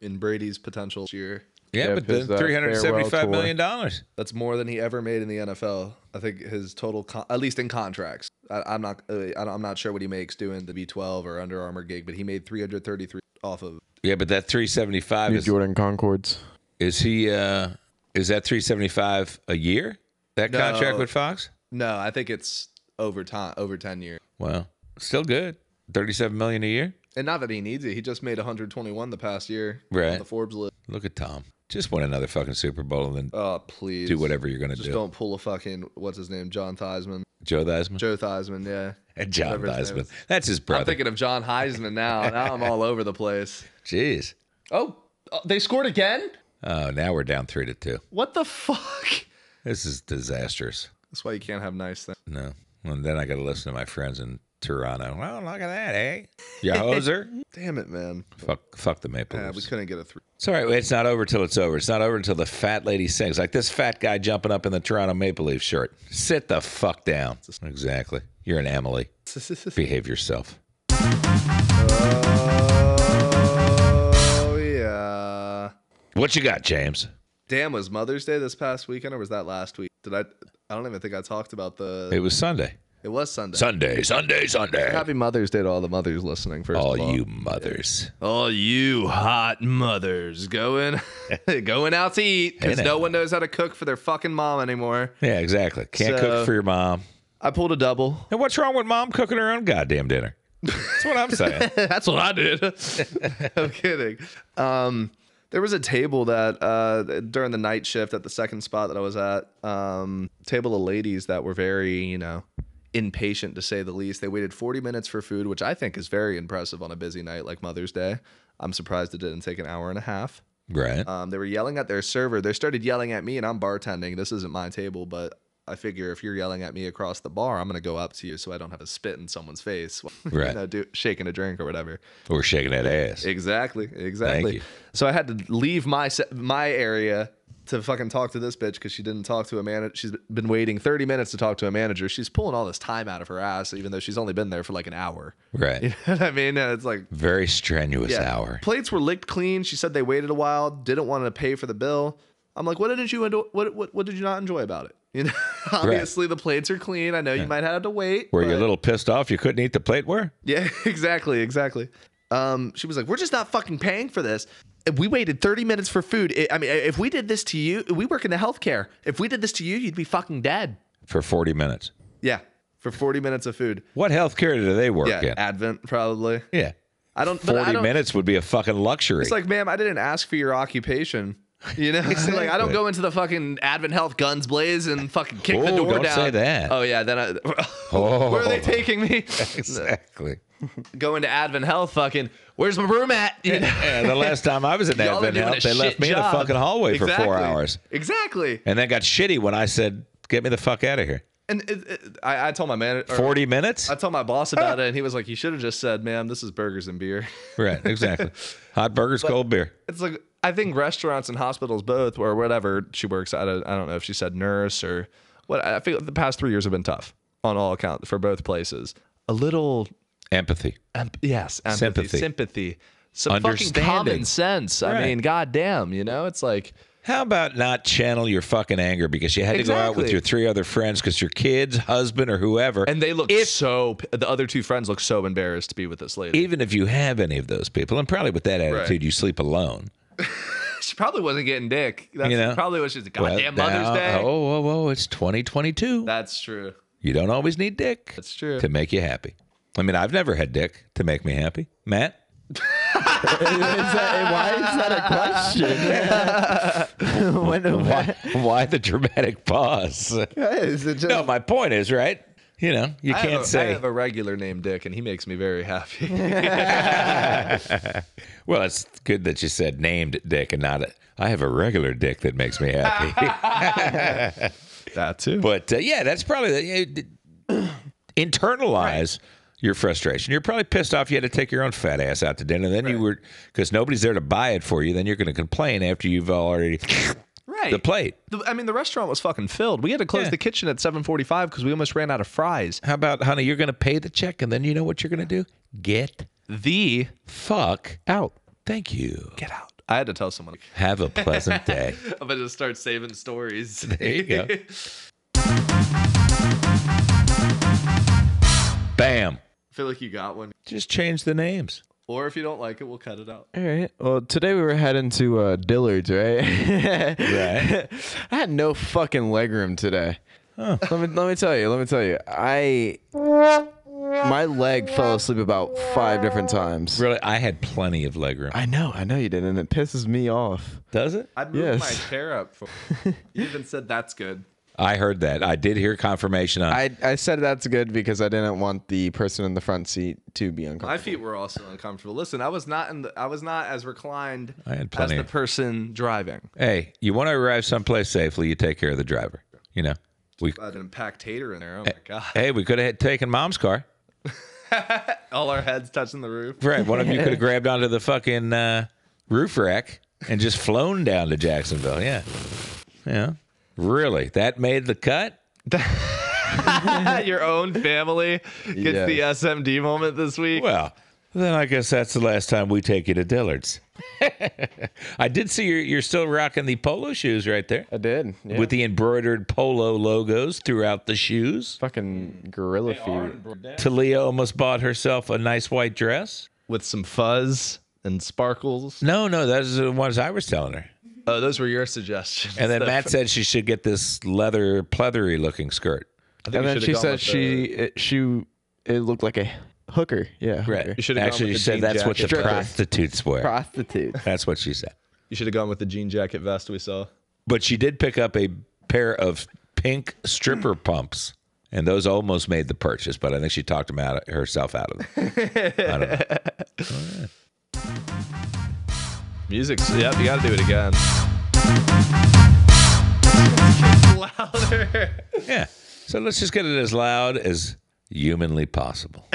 Speaker 2: in Brady's potential year.
Speaker 3: Yeah,
Speaker 1: Yeah,
Speaker 3: but
Speaker 1: his,
Speaker 3: then
Speaker 1: uh,
Speaker 3: three hundred seventy-five
Speaker 1: farewell
Speaker 3: million dollars.
Speaker 2: That's more than he ever made in the NFL. I think his total, con- at least in contracts. I, I'm not, uh, I don't- I'm not sure what he makes doing the B12 or Under Armour gig, but he made 333 off of.
Speaker 3: Yeah, but that three seventy-five is
Speaker 1: Jordan Concords.
Speaker 3: is he? Uh, is that three seventy-five a year? That
Speaker 2: No.
Speaker 3: contract with Fox?
Speaker 2: No, I think it's over time, over 10 years.
Speaker 3: Well, still good. Thirty-seven million a year.
Speaker 2: And not that he needs it. He just made 121 the past year.
Speaker 3: Right.
Speaker 2: On the Forbes list.
Speaker 3: Look at Tom. Just win another fucking Super Bowl and then
Speaker 2: Oh, please.
Speaker 3: do whatever you're gonna
Speaker 2: Just
Speaker 3: do.
Speaker 2: don't pull a fucking, what's his name? John Theismann.
Speaker 3: Joe Theismann.
Speaker 2: Joe Theismann, yeah.
Speaker 3: and John
Speaker 2: whatever his name
Speaker 3: Theismann.
Speaker 2: is.
Speaker 3: That's his brother.
Speaker 2: I'm thinking of John Heisman now. Now I'm all over the place.
Speaker 3: Jeez.
Speaker 2: Oh, oh, they scored again?
Speaker 3: Oh, now we're down three to two.
Speaker 2: What the fuck?
Speaker 3: This is disastrous.
Speaker 2: That's why you can't have nice things.
Speaker 3: No. And then I got to listen to my friends in Toronto. Well, look at that, eh? You hoser.
Speaker 2: Damn it, man.
Speaker 3: fuck, fuck the Maple
Speaker 2: Yeah, Uh, we
Speaker 3: Leafs.
Speaker 2: couldn't get a three.
Speaker 3: It's all right. It's not over till it's over. It's not over until the fat lady sings. Like this fat guy jumping up in the Toronto Maple Leaf shirt. Sit the fuck down. Exactly. You're an Emily. Behave yourself.
Speaker 2: oh, yeah.
Speaker 3: What you got, James?
Speaker 2: Damn, was Mother's Day this past weekend or was that last week? Did I? I don't even think I talked about the.
Speaker 3: It was Sunday.
Speaker 2: It was Sunday.
Speaker 3: Sunday, Sunday, Sunday.
Speaker 2: Happy Mother's Day to all the mothers listening. First
Speaker 3: All
Speaker 2: of all,
Speaker 3: you mothers.
Speaker 2: all you hot mothers going, going out to eat because
Speaker 3: Hey, now.
Speaker 2: no one knows how to cook for their fucking mom anymore.
Speaker 3: Yeah, exactly. Can't
Speaker 2: So-
Speaker 3: cook for your mom.
Speaker 2: I pulled a double.
Speaker 3: And what's wrong with mom cooking her own goddamn dinner? That's what I'm saying.
Speaker 2: That's what I did. I'm kidding. Um, there was a table that uh, during the night shift at the second spot that I was at, um, table of ladies that were very, you know, impatient to say the least. They waited 40 minutes for food, which I think is very impressive on a busy night like Mother's Day. I'm surprised it didn't take an hour and a half.
Speaker 3: Right.
Speaker 2: Um, they were yelling at their server. They started yelling at me, and I'm bartending. This isn't my table, but I figure if you're yelling at me across the bar, I'm gonna go up to you so I don't have a spit in someone's face, while,
Speaker 3: Right.
Speaker 2: you know, do, shaking a drink or whatever.
Speaker 3: We're shaking that ass.
Speaker 2: Exactly, exactly.
Speaker 3: you.
Speaker 2: So I had to leave my se- my area to fucking talk to this bitch because she didn't talk to a manager. She's been waiting 30 minutes to talk to a manager. She's pulling all this time out of her ass, even though she's only been there for like an hour.
Speaker 3: Right.
Speaker 2: You know what I mean? And it's like
Speaker 3: Very strenuous
Speaker 2: yeah.
Speaker 3: hour.
Speaker 2: Plates were licked clean. She said they waited a while, didn't want to pay for the bill. I'm like, what didn't you enjoy? What, what what did you not enjoy about it? You know, obviously the plates are clean. I know you might have to wait.
Speaker 3: Were you a
Speaker 2: but-
Speaker 3: little pissed off you couldn't eat the plate? Where?
Speaker 2: Yeah, exactly, exactly. Um, she was like, we're just not fucking paying for this. If We waited 30 minutes for food. I I mean, if we did this to you, we work in the healthcare. If we did this to you, you'd be fucking dead.
Speaker 3: for 40 minutes.
Speaker 2: Yeah, for 40 minutes of food.
Speaker 3: What healthcare do they work
Speaker 2: Yeah,
Speaker 3: in?
Speaker 2: Advent probably.
Speaker 3: yeah.
Speaker 2: I don't. but I
Speaker 3: 40
Speaker 2: don't-
Speaker 3: minutes would be a fucking luxury.
Speaker 2: It's like, ma'am, I didn't ask for your occupation. You know, like I don't
Speaker 3: Exactly.
Speaker 2: go into the fucking Advent Health guns blaze and fucking kick the
Speaker 3: Oh,
Speaker 2: door
Speaker 3: don't
Speaker 2: down.
Speaker 3: say that.
Speaker 2: Oh yeah, then I,
Speaker 3: Oh.
Speaker 2: where are they taking me?
Speaker 3: exactly.
Speaker 2: go into Advent Health, fucking. Where's my room at? You know?
Speaker 3: Yeah, the last time I was in
Speaker 2: Y'all are
Speaker 3: Advent
Speaker 2: doing a
Speaker 3: Health, they left
Speaker 2: shit
Speaker 3: me in the
Speaker 2: job.
Speaker 3: fucking hallway for four
Speaker 2: Exactly.
Speaker 3: hours.
Speaker 2: Exactly.
Speaker 3: And then got shitty when I said, get me the fuck out of here.
Speaker 2: And it, it, I, I told my man, or
Speaker 3: 40 minutes?
Speaker 2: I told my boss about it, and he was like, "You should have just said, ma'am, this is burgers and beer."
Speaker 3: Right, exactly. Hot burgers, cold beer.
Speaker 2: It's like I think restaurants and hospitals both, or whatever she works. I don't, I don't know if she said nurse or what. I feel the past three years have been tough on all accounts for both places. A little,
Speaker 3: Empathy.
Speaker 2: emp- yes, empathy,
Speaker 3: Sympathy.
Speaker 2: sympathy, some fucking
Speaker 3: Understanding.
Speaker 2: common sense. I
Speaker 3: Right.
Speaker 2: mean, goddamn, you know, it's like
Speaker 3: How about not channel your fucking anger because you had to go out with
Speaker 2: Exactly.
Speaker 3: your three other friends because your kids, husband, or whoever.
Speaker 2: and they look so. p- The other two friends look so embarrassed to be with this lady.
Speaker 3: even if you have any of those people, and probably with that attitude, you sleep alone.
Speaker 2: she probably wasn't getting dick. That's
Speaker 3: You know?
Speaker 2: probably what she's.
Speaker 3: Well,
Speaker 2: Goddamn
Speaker 3: now-
Speaker 2: Mother's Day.
Speaker 3: Oh, whoa, whoa, it's 2022.
Speaker 2: That's true.
Speaker 3: You don't always need dick
Speaker 2: That's true.
Speaker 3: to make you happy. I mean, I've never had dick to make me happy. Matt?
Speaker 1: why is that a question?
Speaker 6: when,
Speaker 3: Why, why the dramatic pause?
Speaker 6: is it just,
Speaker 3: No, my point is, right? You know, you
Speaker 2: I have
Speaker 3: can't
Speaker 2: a- I
Speaker 3: say,
Speaker 2: have a regular name, Dick, and he makes me very happy.
Speaker 3: well, it's good that you said named dick and not, I have a regular dick that makes me happy.
Speaker 2: that too.
Speaker 3: But uh, yeah, that's probably the, you know, internalize your frustration. You're probably pissed off you had to take your own fat ass out to dinner. Then you were because nobody's there to buy it for you. Then you're going to complain after you've already
Speaker 2: right.
Speaker 3: the plate.
Speaker 2: The- I mean, the restaurant was fucking filled. We had to close
Speaker 3: Yeah.
Speaker 2: the kitchen at 7:45 because we almost ran out of fries.
Speaker 3: How about honey? You're going to pay the check, and then you know what you're going to do? Get
Speaker 2: The
Speaker 3: fuck out. Thank you.
Speaker 2: get out. I had to tell someone.
Speaker 3: Have a pleasant day.
Speaker 2: I'm gonna start saving stories.
Speaker 3: There you go. Bam.
Speaker 2: feel like you got one.
Speaker 3: Just change the names.
Speaker 2: Or if you don't like it, we'll cut it out.
Speaker 1: All right. Well, today we were heading to uh, Dillard's, right?
Speaker 3: Right.
Speaker 1: I had no fucking legroom today. Let me let me tell you. Let me tell you. I my leg fell asleep about five different times.
Speaker 3: Really, I had plenty of legroom.
Speaker 1: I know. I know you did, and it pisses me off.
Speaker 3: Does it?
Speaker 2: I moved
Speaker 1: Yes.
Speaker 2: my chair up. For, you even said that's good.
Speaker 3: I heard that. I did hear confirmation on.
Speaker 1: I I said that's good because I didn't want the person in the front seat to be
Speaker 2: My
Speaker 1: uncomfortable.
Speaker 2: feet were also uncomfortable. Listen, I was not in the, I was not as reclined
Speaker 3: I had
Speaker 2: as
Speaker 3: plenty
Speaker 2: the
Speaker 3: of-
Speaker 2: person driving.
Speaker 3: hey, you want to arrive someplace safely, you take care of the driver. You know, we.
Speaker 2: I had an impact hater in there.
Speaker 3: Eh.
Speaker 2: Oh my god!
Speaker 3: Hey, we could have taken mom's car.
Speaker 2: All our heads touching the roof.
Speaker 3: Right, one of you could have grabbed onto the fucking uh, roof rack and just flown down to Jacksonville. Yeah, yeah. Really, that made the cut.
Speaker 2: Your own family gets
Speaker 1: Yes.
Speaker 2: the SMD moment this week.
Speaker 3: Well, then I guess that's the last time we take you to Dillard's. I did see you're, you're still rocking the polo shoes right there
Speaker 1: I did. Yeah.
Speaker 3: with the embroidered polo logos throughout the shoes.
Speaker 1: fucking gorilla feet.
Speaker 3: Talia almost bought herself a nice white dress.
Speaker 2: With some fuzz and sparkles.
Speaker 3: No, no, those are the ones I was telling her.
Speaker 2: Oh, those were your suggestions.
Speaker 3: And then Matt said she should get this leather, pleathery looking skirt.
Speaker 2: I
Speaker 1: And
Speaker 2: think you
Speaker 1: then
Speaker 2: should've
Speaker 1: she
Speaker 2: gone
Speaker 1: said
Speaker 2: with the-
Speaker 1: she it, she it looked like a hooker. Yeah. hooker.
Speaker 2: You should've gone
Speaker 3: Actually,
Speaker 2: with the
Speaker 3: she said
Speaker 2: jean
Speaker 3: that's what the
Speaker 2: jacket.
Speaker 3: prostitutes wear.
Speaker 1: Prostitute.
Speaker 3: that's what she said.
Speaker 2: you should have gone with the jean jacket vest we saw.
Speaker 3: But she did pick up a pair of pink stripper pumps, and those almost made the purchase. But I think she talked him out herself out of them. I don't know.
Speaker 2: Music's yep, you gotta do it again. Louder.
Speaker 3: Yeah. So let's just get it as loud as humanly possible.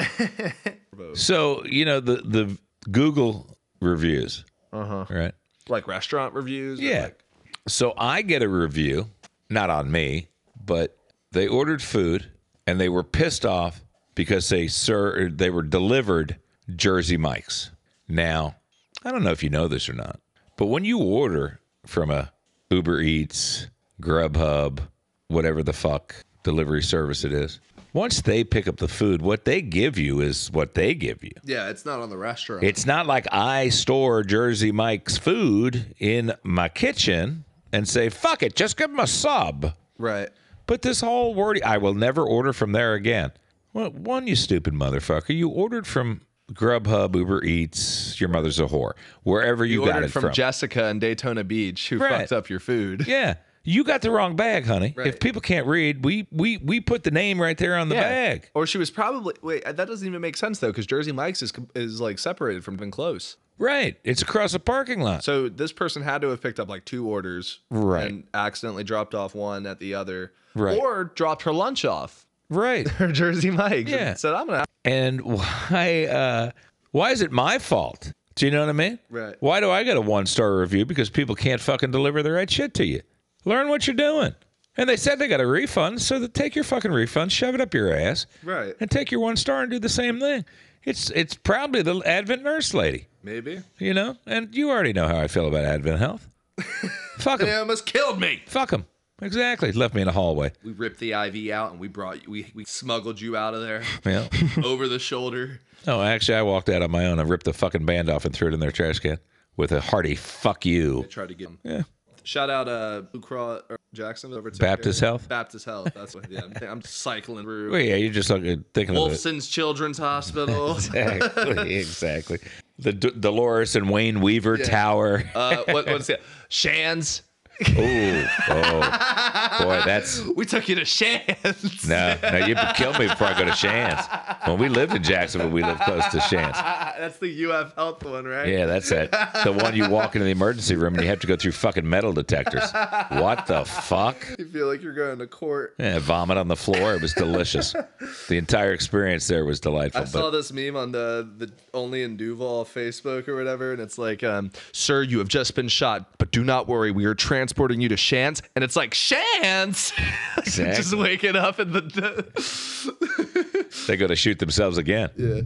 Speaker 3: so, you know, the, the Google reviews. Uh-huh. Right.
Speaker 2: Like restaurant reviews. or
Speaker 3: Yeah.
Speaker 2: like-
Speaker 3: so I get a review, not on me, but they ordered food and they were pissed off because they sir they were delivered Jersey Mike's. Now, I don't know if you know this or not, but when you order from a Uber Eats, Grubhub, whatever the fuck delivery service it is, once they pick up the food, what they give you is what they give you.
Speaker 2: yeah, it's not on the restaurant.
Speaker 3: It's not like I store Jersey Mike's food in my kitchen and say, fuck it, just give him a sub.
Speaker 2: right.
Speaker 3: But this whole wordy, I will never order from there again. Well, one, you stupid motherfucker. You ordered from Grubhub, Uber Eats, your mother's a whore, wherever you,
Speaker 2: You
Speaker 3: got
Speaker 2: ordered
Speaker 3: it
Speaker 2: from,
Speaker 3: from.
Speaker 2: Jessica in Daytona Beach, who
Speaker 3: Right.
Speaker 2: fucked up your food.
Speaker 3: yeah. You got the wrong bag, honey. If
Speaker 2: Right.
Speaker 3: people can't read, we, we we put the name right there on the bag.
Speaker 2: Or she was probably wait. That doesn't even make sense though, because Jersey Mike's is com- is like separated from even close.
Speaker 3: Right. It's across a parking lot.
Speaker 2: So this person had to have picked up like two orders,
Speaker 3: Right.
Speaker 2: And accidentally dropped off one at the other,
Speaker 3: Right.
Speaker 2: Or dropped her lunch off
Speaker 3: right.
Speaker 2: her Jersey Mike's.
Speaker 3: Yeah.
Speaker 2: And said I'm gonna.
Speaker 3: and why uh why is it my fault do you know what i mean
Speaker 2: Right.
Speaker 3: why do i get a one star review because people can't fucking deliver the right shit to you learn what you're doing and they said they got a refund so that take your fucking refund shove it up your ass
Speaker 2: Right.
Speaker 3: and take your one star and do the same thing it's it's probably the advent nurse lady
Speaker 2: Maybe.
Speaker 3: you know and you already know how i feel about advent health fuck them
Speaker 2: They almost killed me.
Speaker 3: fuck them exactly left me in the hallway
Speaker 2: We ripped the IV out and we brought you. We we smuggled you out of there
Speaker 3: yeah
Speaker 2: over the shoulder.
Speaker 3: No, actually, I walked out on my own. I ripped the fucking band off and threw it in their trash can with a hearty "fuck you."
Speaker 2: Tried to get him.
Speaker 3: Yeah.
Speaker 2: Shout out uh Blue Cross or Jackson over to
Speaker 3: Baptist Health?
Speaker 2: Baptist Health. That's what. Yeah. I'm- I'm cycling through.
Speaker 3: Well, yeah, you're just like, uh, thinking of
Speaker 2: Wolfson's Children's Hospital.
Speaker 3: it. Exactly, exactly. The D- Dolores and Wayne Weaver Tower.
Speaker 2: uh, what, what's it? Shands.
Speaker 3: Ooh, oh, boy, that's
Speaker 2: We took you to Shands.
Speaker 3: no, no. You kill me before I go to Shands. When we lived in Jacksonville, we lived close to Shands.
Speaker 2: Ah, That's the UF Health one, right?
Speaker 3: Yeah, that's it. The one you walk into the emergency room and you have to go through fucking metal detectors. What the fuck?
Speaker 2: You feel like you're going to court.
Speaker 3: Yeah, vomit on the floor. It was delicious. the entire experience there was delightful.
Speaker 2: I saw
Speaker 3: but
Speaker 2: this meme on the, the only in Duval Facebook or whatever, and it's like, um, "Sir, you have just been shot, but do not worry, we are transporting you to Shands." And it's like Shands, just
Speaker 3: Exactly.
Speaker 2: waking up in the. the
Speaker 3: they go to shoot themselves again.
Speaker 2: yeah.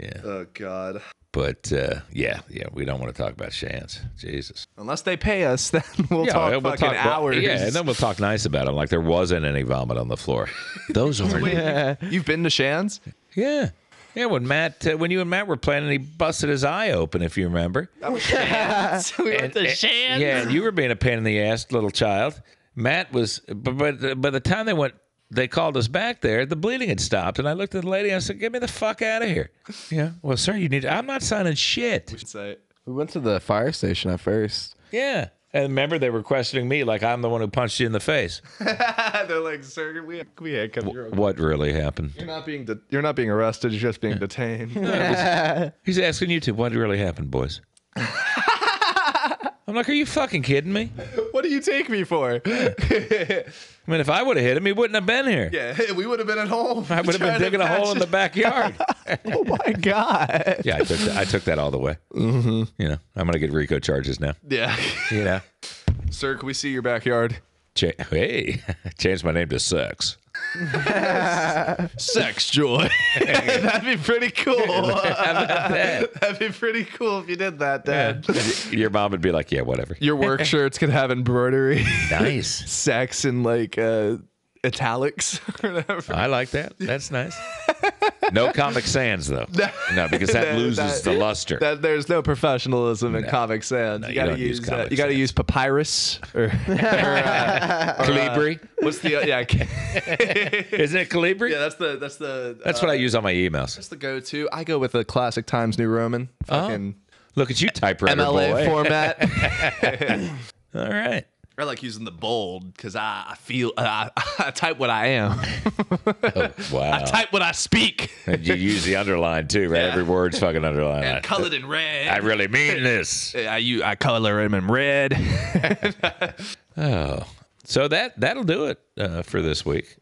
Speaker 3: Yeah.
Speaker 2: Oh God.
Speaker 3: But uh, yeah, yeah, we don't want to talk about Shans. Jesus.
Speaker 2: Unless they pay us, then we'll
Speaker 3: Yeah,
Speaker 2: talk
Speaker 3: we'll
Speaker 2: fucking
Speaker 3: talk-
Speaker 2: hours.
Speaker 3: Yeah, and then we'll talk nice about them, like there wasn't any vomit on the floor. Those are
Speaker 2: You've been to Shands?
Speaker 3: yeah. Yeah, when Matt, uh, when you and Matt were playing, he busted his eye open, if you remember.
Speaker 6: we went to Shan.
Speaker 3: Yeah, and you were being a pain in the ass, little child. Matt was, but but by the time they went, they called us back there. The bleeding had stopped, and I looked at the lady. and I said, "Get me the fuck out of here." Yeah. Well, sir, you need. I'm not signing shit.
Speaker 2: Say.
Speaker 1: We went to the fire station at first.
Speaker 3: Yeah. And remember, they were questioning me like I'm the one who punched you in the face.
Speaker 2: They're like, sir, we we handcuff you. You're
Speaker 3: What really happened?
Speaker 2: not being de- you're not being arrested. You're just being detained.
Speaker 3: He's asking you two, what really happened, boys? I'm like, are you fucking kidding me?
Speaker 2: what do you take me for?
Speaker 3: I mean, if I would have hit him, he wouldn't have been here.
Speaker 2: yeah, we would have been at home.
Speaker 3: I would have been
Speaker 2: trying to
Speaker 3: digging a hole in the
Speaker 2: patch-
Speaker 3: backyard.
Speaker 2: Oh my god.
Speaker 3: Yeah, I took that, I took that all the way. Mm-hmm. You know, I'm gonna get Rico charges now.
Speaker 2: Yeah,
Speaker 3: You know,
Speaker 2: sir, can we see your backyard?
Speaker 3: Cha- hey, change my name to Sex.
Speaker 2: Sex joy. That'd be pretty cool.
Speaker 3: How about that?
Speaker 2: That'd be pretty cool if you did that, Dad.
Speaker 3: Your mom would be like, yeah, whatever.
Speaker 2: Your work shirts could have embroidery,
Speaker 3: Nice.
Speaker 2: sex, and like uh, italics or whatever.
Speaker 3: I like that. That's nice. No Comic Sans though. No, because that
Speaker 2: No,
Speaker 3: loses
Speaker 2: that-
Speaker 3: the luster.
Speaker 2: that there's no professionalism in Comic Sans.
Speaker 3: you
Speaker 2: you gotta
Speaker 3: don't use
Speaker 2: use, uh,
Speaker 3: Comic
Speaker 2: you gotta
Speaker 3: Sans.
Speaker 2: use papyrus or, or, uh,
Speaker 3: Calibri,
Speaker 2: what's the yeah yeah
Speaker 3: isn't it Calibri?
Speaker 2: that's the that's the uh,
Speaker 3: That's what I use on my emails.
Speaker 2: that's the go to. I go with the classic Times New Roman
Speaker 3: Oh.
Speaker 2: fucking
Speaker 3: Look at you, typewriter
Speaker 2: MLA
Speaker 3: boy.
Speaker 2: format.
Speaker 3: All right.
Speaker 2: I like using the bold because I, I feel uh, I, I type what I am.
Speaker 3: Wow.
Speaker 2: type what I speak.
Speaker 3: you use the underline too, right? Every word's fucking underlined. I,
Speaker 2: And colored in red.
Speaker 3: I really mean this.
Speaker 2: I, you, I color him in red.
Speaker 3: Oh, so that that'll do it uh, for this week.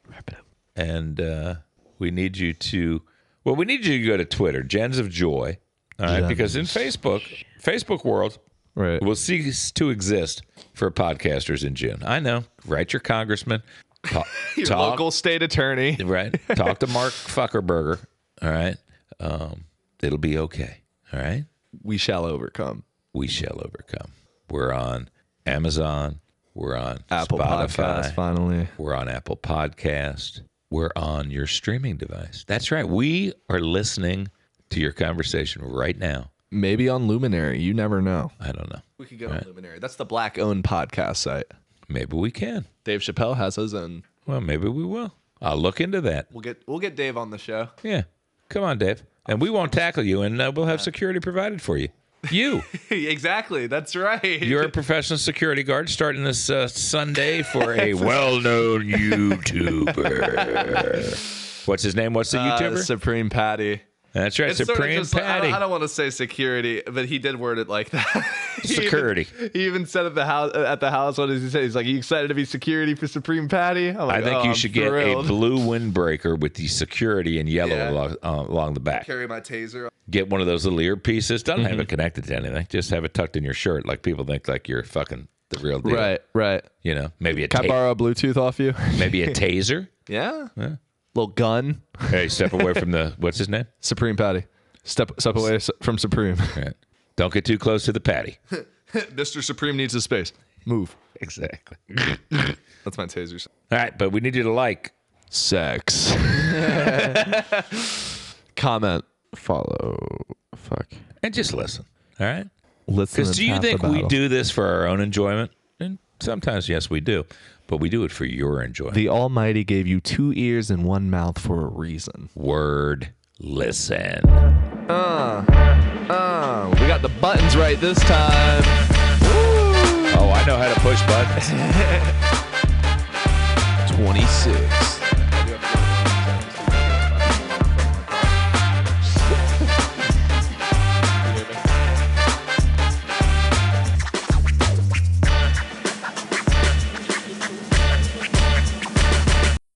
Speaker 3: And uh, we need you to, well, we need you to go to Twitter, Gens of Joy, all right? Because in Facebook, Facebook world
Speaker 2: Right.
Speaker 3: will cease to exist for podcasters in June. I know. Write your congressman. Talk,
Speaker 2: Your
Speaker 3: talk-
Speaker 2: local state attorney.
Speaker 3: right? Talk to Mark Fuckerberger. All right, um, it'll be okay. All right,
Speaker 2: We shall overcome.
Speaker 3: we shall overcome. We're on Amazon. We're on
Speaker 2: Apple
Speaker 3: Spotify.
Speaker 2: Podcast finally.
Speaker 3: We're on Apple Podcast. We're on your streaming device. That's right. We are listening to your conversation right now.
Speaker 2: Maybe on Luminary. You never know.
Speaker 3: I don't know.
Speaker 2: We could go on Luminary. That's the black owned podcast site.
Speaker 3: Maybe we can.
Speaker 2: Dave Chappelle has his own
Speaker 3: Well, maybe we will. I'll look into that.
Speaker 2: We'll get we'll get Dave on the show.
Speaker 3: Yeah. Come on, Dave. And we won't tackle you, and uh, we'll have security provided for you. You.
Speaker 2: exactly. That's right.
Speaker 3: You're a professional security guard starting this uh, Sunday for a well known YouTuber. What's his name? What's the
Speaker 2: Uh,
Speaker 3: YouTuber?
Speaker 2: Supreme Patty.
Speaker 3: That's right,
Speaker 2: It's sorta
Speaker 3: Supreme
Speaker 2: just like- I
Speaker 3: Patty.
Speaker 2: don't- I don't, want to say security, but he did word it like that. He even-
Speaker 3: Security.
Speaker 2: he even said at the house at the house, what does he say? He's like, "You excited to be security for Supreme Patty?" I'm
Speaker 3: I
Speaker 2: like,
Speaker 3: think
Speaker 2: "Oh,
Speaker 3: you
Speaker 2: I'm
Speaker 3: should get
Speaker 2: thrilled."
Speaker 3: a blue windbreaker with the security in yellow
Speaker 2: Yeah.
Speaker 3: along, uh, along the back.
Speaker 2: carry my taser.
Speaker 3: Get one of those little earpieces. Don't have
Speaker 2: Mm-hmm.
Speaker 3: it connected to anything. Just have it tucked in your shirt, like people think like you're fucking the real deal.
Speaker 2: right.
Speaker 3: You know, maybe a
Speaker 2: Can I
Speaker 3: ta-
Speaker 2: borrow a Bluetooth off you?
Speaker 3: maybe a taser.
Speaker 2: yeah.
Speaker 3: Yeah.
Speaker 2: Little gun.
Speaker 3: hey, step away from the what's his name?
Speaker 2: Supreme Patty. Step step away s- from Supreme.
Speaker 3: Right. Don't get too close to the patty.
Speaker 2: Mr. Supreme needs his space. Move.
Speaker 3: exactly.
Speaker 2: That's my taser.
Speaker 3: All right, but we need you to like.
Speaker 2: Sex. Comment.
Speaker 1: Follow. Fuck.
Speaker 3: and just listen. All right.
Speaker 2: Listen.
Speaker 3: Because
Speaker 2: is
Speaker 3: do you
Speaker 2: half the
Speaker 3: think we
Speaker 2: battle.
Speaker 3: do this for our own enjoyment? And sometimes, yes, we do. But we do it for your enjoyment.
Speaker 2: The Almighty gave you two ears and one mouth for a reason.
Speaker 3: Word listen.
Speaker 2: Uh, we got the buttons right this time.
Speaker 3: Oh, I know how to push buttons.
Speaker 2: 26.